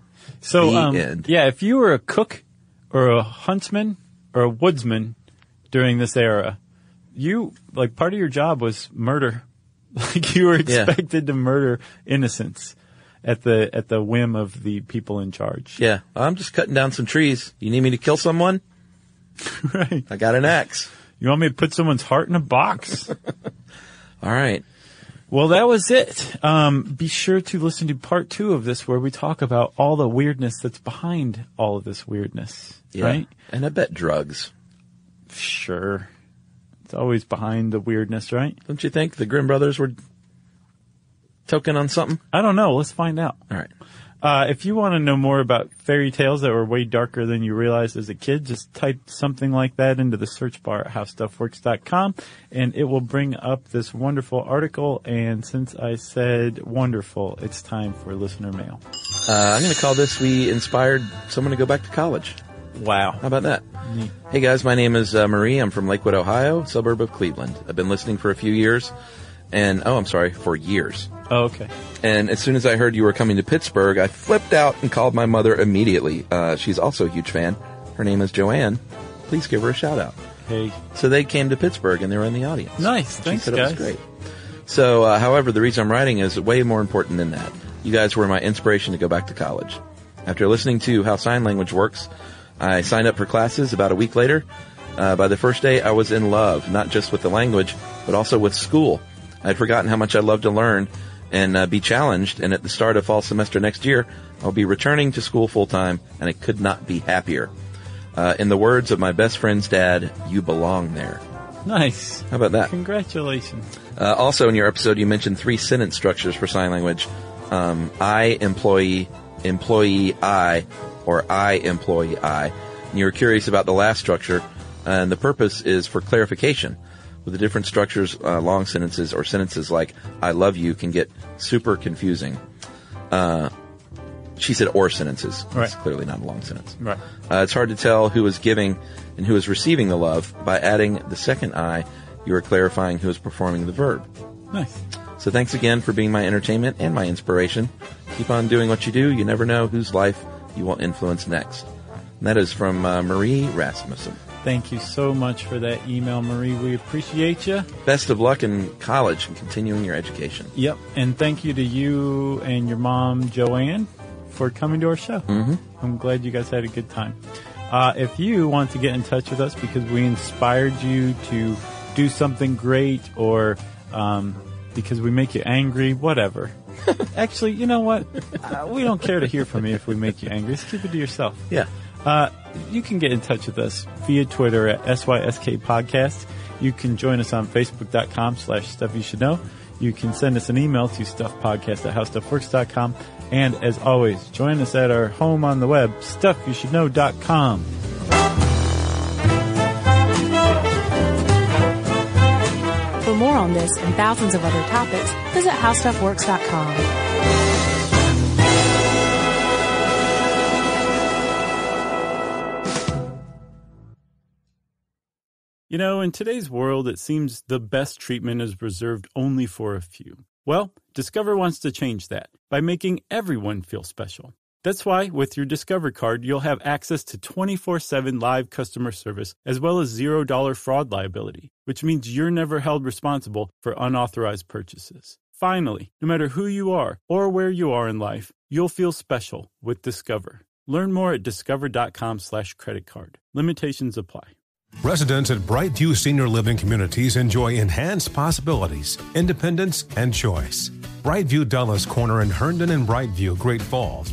Speaker 2: So
Speaker 3: The
Speaker 2: um,
Speaker 3: end.
Speaker 2: yeah, if you were a cook or a huntsman or a woodsman during this era, you like part of your job was murder. <laughs> Like you were
Speaker 3: Yeah.
Speaker 2: expected to murder innocents at the at the whim of the people in charge.
Speaker 3: Yeah. I'm just cutting down some trees. You need me to kill someone?
Speaker 2: <laughs> Right.
Speaker 3: I got an axe.
Speaker 2: You want me to put someone's heart in a
Speaker 3: <laughs>
Speaker 2: box?
Speaker 3: All right.
Speaker 2: well, that was it. Um, be sure to listen to part two of this where we talk about all the weirdness that's behind all of this weirdness.
Speaker 3: Yeah.
Speaker 2: Right?
Speaker 3: And I bet drugs.
Speaker 2: Sure. It's always behind the weirdness, right?
Speaker 3: Don't you think the Grimm brothers were token on something?
Speaker 2: I don't know. Let's find out.
Speaker 3: All right.
Speaker 2: Uh, if you want to know more about fairy tales that were way darker than you realized as a kid, just type something like that into the search bar at howstuffworks.com and it will bring up this wonderful article. And since I said wonderful, it's time for listener mail.
Speaker 3: Uh, I'm going to call this We Inspired Someone to Go Back to College. How
Speaker 2: Wow.
Speaker 3: about that? Hey guys, my name is uh, Marie. I'm from Lakewood, Ohio, suburb of Cleveland. I've been listening for a few years and, oh, I'm sorry, for years.
Speaker 2: Oh, okay.
Speaker 3: And as soon as I heard you were coming to Pittsburgh, I flipped out and called my mother immediately. Uh, she's also a huge fan. Her name is Joanne. Please give her a shout out.
Speaker 2: Hey.
Speaker 3: So they came to Pittsburgh and they were in the audience.
Speaker 2: Nice.
Speaker 3: She
Speaker 2: Thanks,
Speaker 3: said
Speaker 2: guys.
Speaker 3: It was great. So, uh, however, the reason I'm writing is way more important than that. You guys were my inspiration to go back to college. After listening to how sign language works, I signed up for classes about a week later. Uh, by the first day, I was in love, not just with the language, but also with school. I'd forgotten how much I love to learn and uh, be challenged, and at the start of fall semester next year, I'll be returning to school full time, and I could not be happier. Uh, in the words of my best friend's dad, you belong there.
Speaker 2: Nice.
Speaker 3: How about that?
Speaker 2: Congratulations.
Speaker 3: Uh, also, in your episode, you mentioned three sentence structures for sign language: um, I, employee, employee, I, or I employee I. And you were curious about the last structure, and the purpose is for clarification. With the different structures, uh, long sentences or sentences like "I love you" can get super confusing. Uh, she said "or" sentences. It's
Speaker 2: Right.
Speaker 3: clearly not a long sentence.
Speaker 2: Right.
Speaker 3: Uh, it's hard to tell who is giving and who is receiving the love by adding the second I. You are clarifying who is performing the verb.
Speaker 2: Nice.
Speaker 3: So thanks again for being my entertainment and my inspiration. Keep on doing what you do. You never know whose life you will influence next. And that is from uh, Marie Rasmussen.
Speaker 2: Thank you so much for that email, Marie. We appreciate you.
Speaker 3: Best of luck in college and continuing your education.
Speaker 2: Yep. And thank you to you and your mom, Joanne, for coming to our show. Mm-hmm. I'm glad you guys had a good time. Uh, if you want to get in touch with us because we inspired you to do something great or um, because we make you angry, whatever. Actually, you know what? Uh, we don't care to hear from you if we make you angry. Just keep it to yourself.
Speaker 3: Yeah.
Speaker 2: Uh, you can get in touch with us via Twitter at SYSK Podcast. You can join us on Facebook.com slash Stuff You Should Know. You can send us an email to stuffpodcast at howstuffworks.com. And as always, join us at our home on the web, stuffyoushouldknow.com.
Speaker 1: For more on this and thousands of other topics, visit howstuffworks.com.
Speaker 2: You know, in today's world, it seems the best treatment is reserved only for a few. Well, Discover wants to change that by making everyone feel special. That's why, with your Discover card, you'll have access to 24 7 live customer service as well as $0 fraud liability, which means you're never held responsible for unauthorized purchases. Finally, no matter who you are or where you are in life, you'll feel special with Discover. Learn more at discover.com slash credit card. Limitations apply.
Speaker 7: Residents at Brightview Senior Living Communities enjoy enhanced possibilities, independence, and choice. Brightview Dulles Corner in Herndon and Brightview, Great Falls,